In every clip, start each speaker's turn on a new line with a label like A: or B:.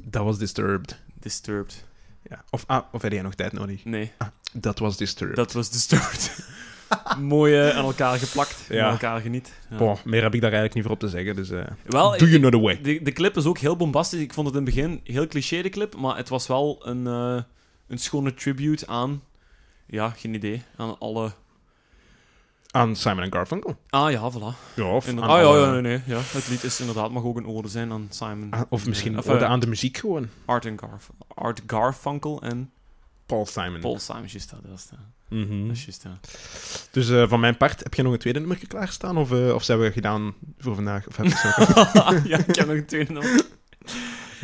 A: Dat was Disturbed.
B: Disturbed.
A: Ja. Of, ah, of heb jij nog tijd nodig?
B: Nee,
A: Dat was Disturbed.
B: dat was Disturbed. Mooi eh, aan elkaar geplakt.
A: Ja.
B: Aan elkaar geniet. Ja.
A: Boah, meer heb ik daar eigenlijk niet voor op te zeggen. Dus, eh
B: Wel,
A: do you know the way?
B: De, de clip is ook heel bombastisch. Ik vond het in het begin heel cliché, de clip. Maar het was wel een, eh, een schone tribute aan... Ja, geen idee. Aan alle...
A: Aan Simon en Garfunkel.
B: Ah ja, voilà.
A: Ja, of,
B: Inderdaad.
A: aan
B: Ah ja,
A: alle-
B: ja, nee, nee. Ja. Het lied is inderdaad, mag ook een ode zijn aan Simon.
A: aan- Ah, of misschien
B: Of,
A: ode
B: eh,
A: aan de muziek gewoon.
B: Art, en Garf Art Garfunkel
A: Mm.
B: en
A: Paul Simon.
B: Paul Simon. is Juist dat, dat is dat.
A: Mhm.
B: Dat is juist dat.
A: Dus eh, van mijn part, heb je nog een tweede nummer klaarstaan? Of, eh, of zijn we gedaan voor vandaag? Of heb je zo-
B: ja, ik heb nog een tweede nummer.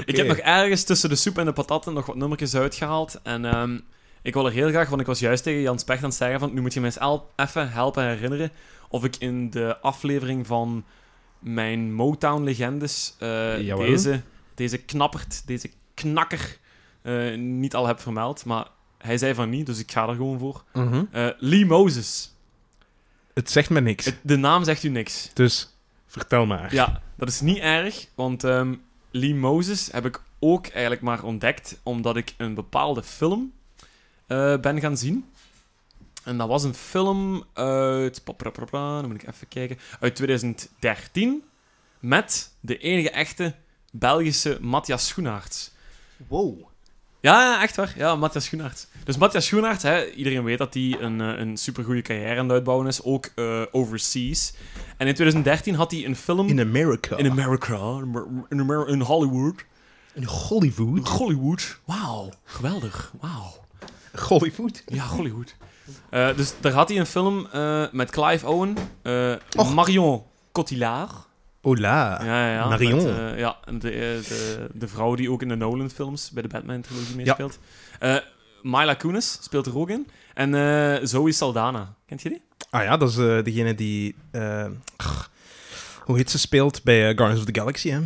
B: Ik heb nog ergens tussen de soep en de patatten nog wat nummertjes uitgehaald. En ehm, ik wil er heel graag, want ik was juist tegen Jan Specht aan het zeggen van... Nu moet je mij eens el- even helpen herinneren of ik in de aflevering van mijn Motown-legendes eh,
A: Jawel.
B: deze, deze knappert, deze knakker, eh, niet al heb vermeld. Maar hij zei van niet, dus ik ga er gewoon voor.
A: Mhm.
B: Eh, Lee Moses.
A: Het zegt me niks.
B: Het- de naam zegt u niks.
A: Dus vertel maar.
B: Ja, dat is niet erg, want ehm, Lee Moses heb ik ook eigenlijk maar ontdekt omdat ik een bepaalde film eh, ben gaan zien. En dat was een film uit. paprapra, Dan moet ik even kijken. Uit 2013. Met de enige echte Belgische Matthias Schoenaerts.
C: Wow.
B: Ja, ja, echt waar. Ja, Matthias Schoenaerts. Dus Matthias Schoenaerts, hè, iedereen weet dat hij een, eh, een supergoeie carrière aan het uitbouwen is. Ook eh, overseas. En in 2013 had hij een film...
A: In America.
B: In Amerika, in, Amer- in Hollywood.
A: In Hollywood.
B: Hollywood. Wauw, geweldig. Wauw.
A: Hollywood.
B: Ja, Hollywood. Eh, dus daar had hij een film eh, met Clive Owen, eh, Marion Cotillard.
A: Hola.
B: ja, ja, ja,
A: Marion.
B: met, eh, ja, de, eh, de, de vrouw die ook in de Nolan-films bij de Batman-trilogie meespeelt. Eh Myla Kunis speelt er ook in. En eh Zoe Saldana. Kent je die?
A: Ah ja, dat is eh, degene die... eh, hoe heet ze speelt bij eh, Guardians of the Galaxy, hè?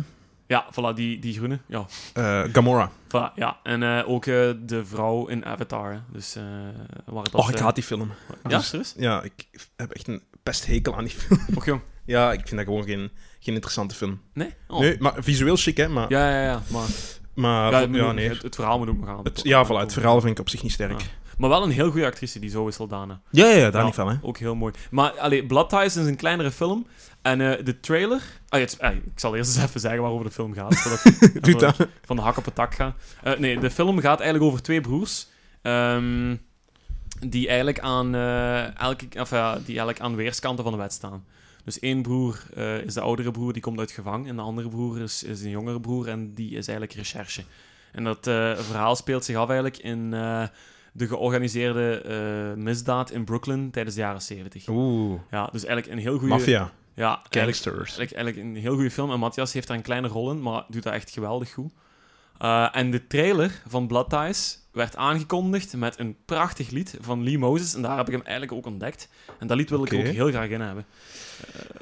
B: Ja, voilà, die, die groene. Ja,
A: Eh, Gamora.
B: voilà, ja. En eh, ook eh, de vrouw in Avatar. hè. Dus eh waar dat...
A: oh, ik
B: eh,
A: haat die film.
B: Ja,
A: dus-
B: serieus?
A: Ja, ik heb echt een best hekel aan die film.
B: Och, jong.
A: Ja, ik vind dat gewoon geen, geen interessante film.
B: Nee? Oh.
A: Nee, maar visueel chic, hè? Maar,
B: Ja, ja, ja. Maar
A: maar
B: ja,
A: ja,
B: het, moet ook-
A: nee.
B: het, het verhaal moet ook nog aan.
A: Het, ja, voilà, het verhaal vind ik op zich niet sterk.
B: Ja. Maar wel een heel goede actrice, die Zoe Saldana.
A: Ja, ja, ja daar
B: Ja.
A: niet van, hè.
B: Ook heel mooi. Maar allee, Blood Ties is een kleinere film. En eh, de trailer... Ah, het is- ah, ik zal eerst eens even zeggen waarover de film gaat. Voordat ik,
A: Doe dat.
B: voordat ik van de hak op het tak ga. Eh, nee, de film gaat eigenlijk over twee broers. ehm, die eigenlijk aan, eh, elke, of, ja, die eigenlijk aan weerskanten van de wet staan. Dus één broer eh, is de oudere broer, die komt uit gevangen. En de andere broer is, is een jongere broer en die is eigenlijk recherche. En dat eh, verhaal speelt zich af eigenlijk in eh, de georganiseerde eh, misdaad in Brooklyn tijdens de jaren 70.
A: Oh. Oeh.
B: Ja, dus eigenlijk een heel goede...
A: Mafia.
B: Ja, eigenlijk,
A: Gangsters.
B: eigenlijk, eigenlijk een heel goede film. En Matthias heeft daar een kleine rol in, maar doet dat echt geweldig goed. Eh, en de trailer van Blood Ties werd aangekondigd met een prachtig lied van Lee Moses. En daar heb ik hem eigenlijk ook ontdekt. En dat lied wil ik
A: Oké.
B: ook heel graag in hebben.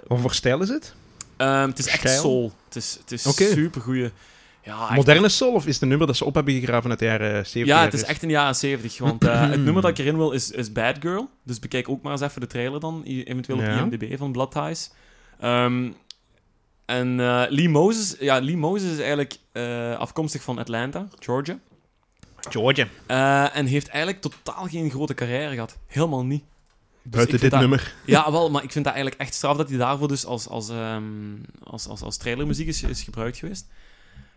A: Wat voor stijl is het?
B: Ehm, het is echt
A: Stijl?
B: soul. Het is, het is
A: Oké.
B: supergoeie... Ja, echt-
A: Moderne soul of is het een nummer dat ze op hebben gegraven uit de jaren 70?
B: Ah, Ja, het is echt in de jaren 70. Want eh, het nummer dat ik erin wil is, is Bad Girl. Dus bekijk ook maar eens even de trailer dan. i- Eventueel op
A: Ja.
B: IMDb van Blood Ties. Ehm, en eh, Lee Moses... Ja, Lee Moses is eigenlijk eh, afkomstig van Atlanta, Georgia.
A: George.
B: Eh, en heeft eigenlijk totaal geen grote carrière gehad. Helemaal niet. ik
A: Buiten
B: vind
A: dit
B: dat-
A: nummer.
B: Ja, wel, maar ik vind dat eigenlijk echt straf dat hij daarvoor dus als, als, ehm, als, als, als trailermuziek is, is gebruikt geweest.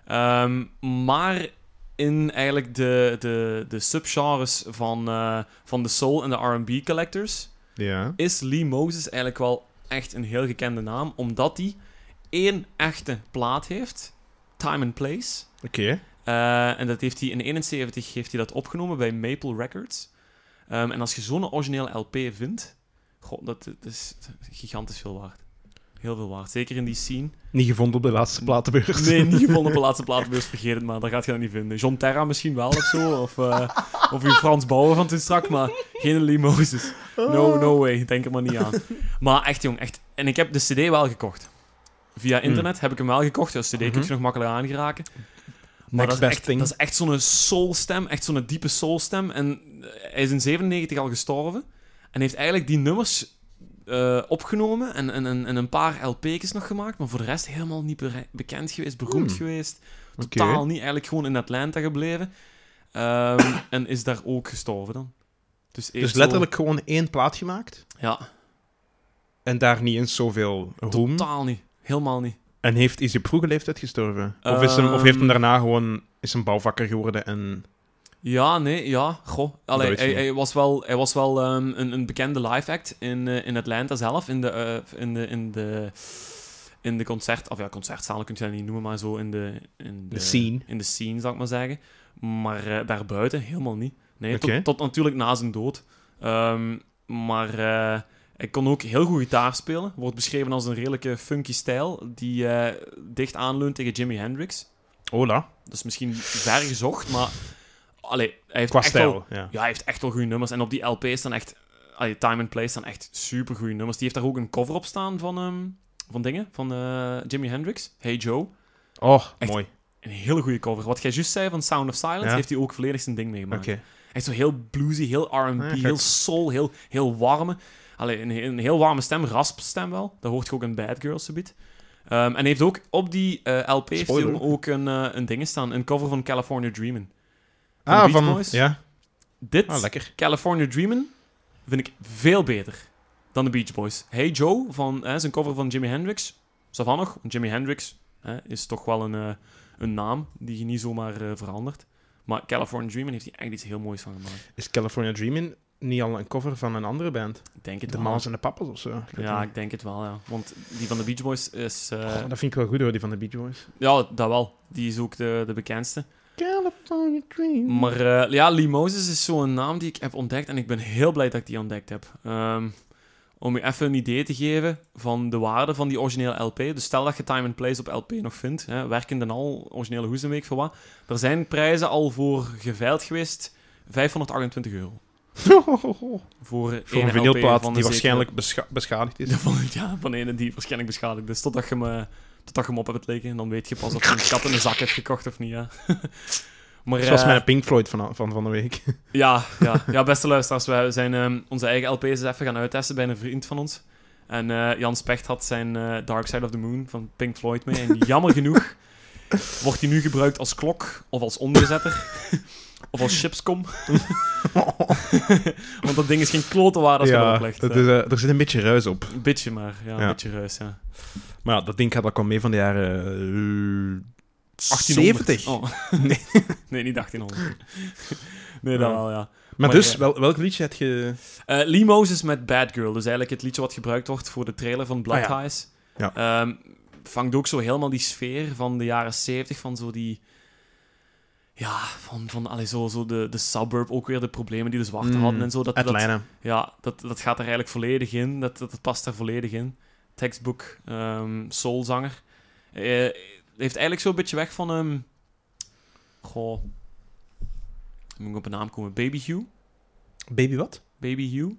B: Ehm, maar in eigenlijk de, de, de subgenres van, eh, van de soul en de R&B collectors
A: Ja.
B: is Lee Moses eigenlijk wel echt een heel gekende naam, omdat hij één echte plaat heeft, Time and Place.
A: Oké.
B: Eh, en dat heeft hij in 71 heeft hij dat opgenomen bij Maple Records. Ehm, en als je zo'n originele LP vindt, god, dat, dat is gigantisch veel waard. Heel veel waard. Zeker in die scene.
A: Niet gevonden op de laatste platenbeurs.
B: Nee, niet gevonden op de laatste platenbeurs, vergeet het maar. Dat gaat je dat niet vinden. John Terra misschien wel of zo. Of, eh of uw Frans Bauer van toen strak, maar geen limoses. No,
A: Oh.
B: no way. Denk er maar niet aan. Maar echt, jong, echt. En ik heb de CD wel gekocht. Via internet heb ik hem wel gekocht. Dus CD kun je nog makkelijk aangeraken.
A: Hmm.
B: Maar
A: Mhm. Next
B: dat, is
A: best
B: echt,
A: thing.
B: dat is echt zo'n soulstem, echt zo'n diepe soulstem. En eh, hij is in 97 al gestorven. En heeft eigenlijk die nummers eh, opgenomen en, en, en, en een paar LP's nog gemaakt. Maar voor de rest helemaal niet bere- bekend geweest, beroemd
A: Hmm.
B: geweest.
A: Oké.
B: Totaal niet. Eigenlijk gewoon in Atlanta gebleven. Ehm, en is daar ook gestorven dan. Dus, eerst
A: Dus
B: zo-
A: letterlijk gewoon één plaat gemaakt.
B: ja,
A: En daar niet eens zoveel roem.
B: totaal niet. Helemaal niet.
A: En heeft, is hij op vroege leeftijd gestorven? Of, is hem, of heeft hem daarna gewoon is een bouwvakker geworden en...
B: Ja, nee, ja, goh.
A: Dat
B: Allee,
A: weet je
B: hij,
A: niet.
B: hij was wel, hij was wel ehm, een, een bekende live act in, eh, in Atlanta zelf, in de, eh, in de, in de, in de concert, of ja, concertzaal kun je dat niet noemen, maar zo in de... In de,
A: De scene.
B: In de scene, zou ik maar zeggen. Maar eh, daarbuiten helemaal niet. Nee,
A: Oké.
B: tot, tot natuurlijk na zijn dood. Ehm, maar eh, hij kon ook heel goed gitaar spelen. Wordt beschreven als een redelijke funky stijl, die eh, dicht aanleunt tegen Jimi Hendrix.
A: Ola,
B: Dat is misschien ver gezocht, maar... Allee, hij heeft
A: qua
B: echt
A: stijl.
B: Wel,
A: Ja.
B: ja, hij heeft echt wel goede nummers. En op die LP staan echt... Allee, Time and Place staan echt super goede nummers. Die heeft daar ook een cover op staan van, ehm, van dingen. Van eh, Jimi Hendrix, Hey Joe.
A: Oh,
B: Echt
A: mooi.
B: Een hele goede cover. Wat jij juist zei van Sound of Silence,
A: Ja.
B: heeft hij ook volledig zijn ding meegemaakt.
A: Oké. Ah,
B: Echt zo heel bluesy, heel R&B,
A: Ja, gek.
B: heel soul, heel, heel warme. Allee, een, een heel warme stem, raspstem wel. Dat hoort je ook in Bad Girls, subiet. Ehm en hij heeft ook op die eh, LP heeft hij
A: Spoiler.
B: ook een, eh, een ding staan. Een cover van California Dreamin'. Van de
A: Ah,
B: Beach
A: van...
B: Boys?
A: Ja,
B: Dit,
A: ah, lekker.
B: California Dreamin', vind ik veel beter dan de Beach Boys. Hey Joe, van, eh, zijn cover van Jimi Hendrix. Savan nog, want Jimi Hendrix eh, is toch wel een, eh, een naam die je niet zomaar eh, verandert. Maar California Dreamin' heeft hij echt iets heel moois van gemaakt.
A: Is California Dreamin' niet al een cover van een andere band?
B: Ik denk het
A: De
B: wel.
A: Mamas en de Papas of zo? Ik weet
B: Ja,
A: het
B: ik
A: niet.
B: denk het wel, ja. Want die van de Beach Boys is... eh,
A: Oh, dat vind ik wel goed hoor, die van de Beach Boys.
B: Ja, dat wel. Die is ook de, de bekendste.
A: California Dreamin'.
B: Maar eh, ja, Lee Moses is zo'n naam die ik heb ontdekt. En ik ben heel blij dat ik die ontdekt heb. Ehm, om je even een idee te geven van de waarde van die originele LP. Dus stel dat je Time and Place op LP nog vindt. Hè, werkend en al, originele hoezenweek voor wat. Er zijn prijzen al voor geveild geweest. 528 euro. Voor,
A: Voor
B: één
A: een
B: LP van
A: vinylplaat
B: de
A: die
B: zeker-
A: waarschijnlijk bescha- beschadigd is.
B: Ja, van, ja, van ene die waarschijnlijk beschadigd is. Totdat je hem, eh, totdat je hem op hebt liggen. En dan weet je pas of je een kat in een zak hebt gekocht of niet. Ja. maar,
A: Zoals
B: eh,
A: mijn Pink Floyd van, van, van de week.
B: ja, ja, ja, beste luisteraars. We zijn ehm, onze eigen LP's eens even gaan uittesten bij een vriend van ons. En eh, Jan Specht had zijn eh, Dark Side of the Moon van Pink Floyd mee. En jammer genoeg wordt die nu gebruikt als klok of als onderzetter. of als chipskom. Want dat ding is geen klote waar als je erop legt.
A: dat
B: Eh,
A: is, eh, er zit een beetje ruis op.
B: Een beetje maar. Ja, een
A: Ja.
B: beetje reus, ja.
A: Maar ja, dat ding gaat ook al mee van de jaren... eh,
B: 1870.
A: 70.
B: Oh.
A: Nee.
B: Nee. niet 1800. Nee, dat
A: Ja.
B: wel, ja.
A: Maar,
B: Maar
A: dus,
B: ja.
A: wel, welk liedje had je...
B: Eh Lee Moses met Bad Girl. Dus eigenlijk het liedje wat gebruikt wordt voor de trailer van Blood
A: Ah, ja.
B: Ties.
A: Ja.
B: Ehm, vangt ook zo helemaal die sfeer van de jaren 70, van zo die... Ja, van, van allee, zo, zo de, de suburb, ook weer de problemen die de zwarten
A: Mm,
B: hadden en zo. Dat, dat,
A: Atlanta.
B: ja, dat, dat gaat er eigenlijk volledig in. Dat, dat, dat past er volledig in. Textbook, ehm soulzanger. Eh, heeft eigenlijk zo'n beetje weg van... ehm goh... Moet ik op een naam komen? Baby Hugh?
A: Baby wat?
B: Baby Hugh? Ook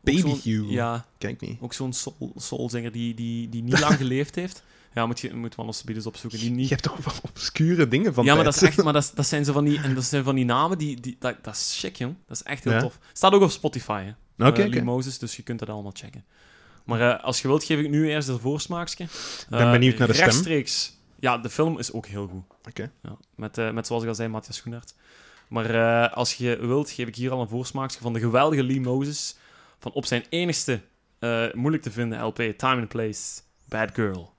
A: Baby
B: zo'n-
A: Hugh.
B: Ja,
A: Kijk niet.
B: ook zo'n soul, soulzanger die, die, die niet lang geleefd heeft. Ja, moet je moet wel eens eens opzoeken. Die
A: Je
B: niet...
A: hebt toch wel obscure dingen van
B: Ja, maar dat
A: tijd.
B: is echt... Maar dat, is- dat zijn zo van die... En dat zijn van die namen die... die dat, dat is chic, jong. Dat is echt heel
A: Ja.
B: tof. Staat ook op Spotify, hè.
A: Nou, Oké,
B: Eh,
A: oké.
B: Lee Moses, dus je kunt dat allemaal checken. Maar eh, als je wilt, geef ik nu eerst een voorsmaakje.
A: ben benieuwd naar de stem.
B: Rechtstreeks. Ja, de film is ook heel goed.
A: Oké.
B: Ja, met, eh, met, zoals ik al zei, Matthias Schoenaert. Maar eh, als je wilt, geef ik hier al een voorsmaakje van de geweldige Lee Moses. Van op zijn enigste eh, moeilijk te vinden LP, Time and Place, Bad Girl.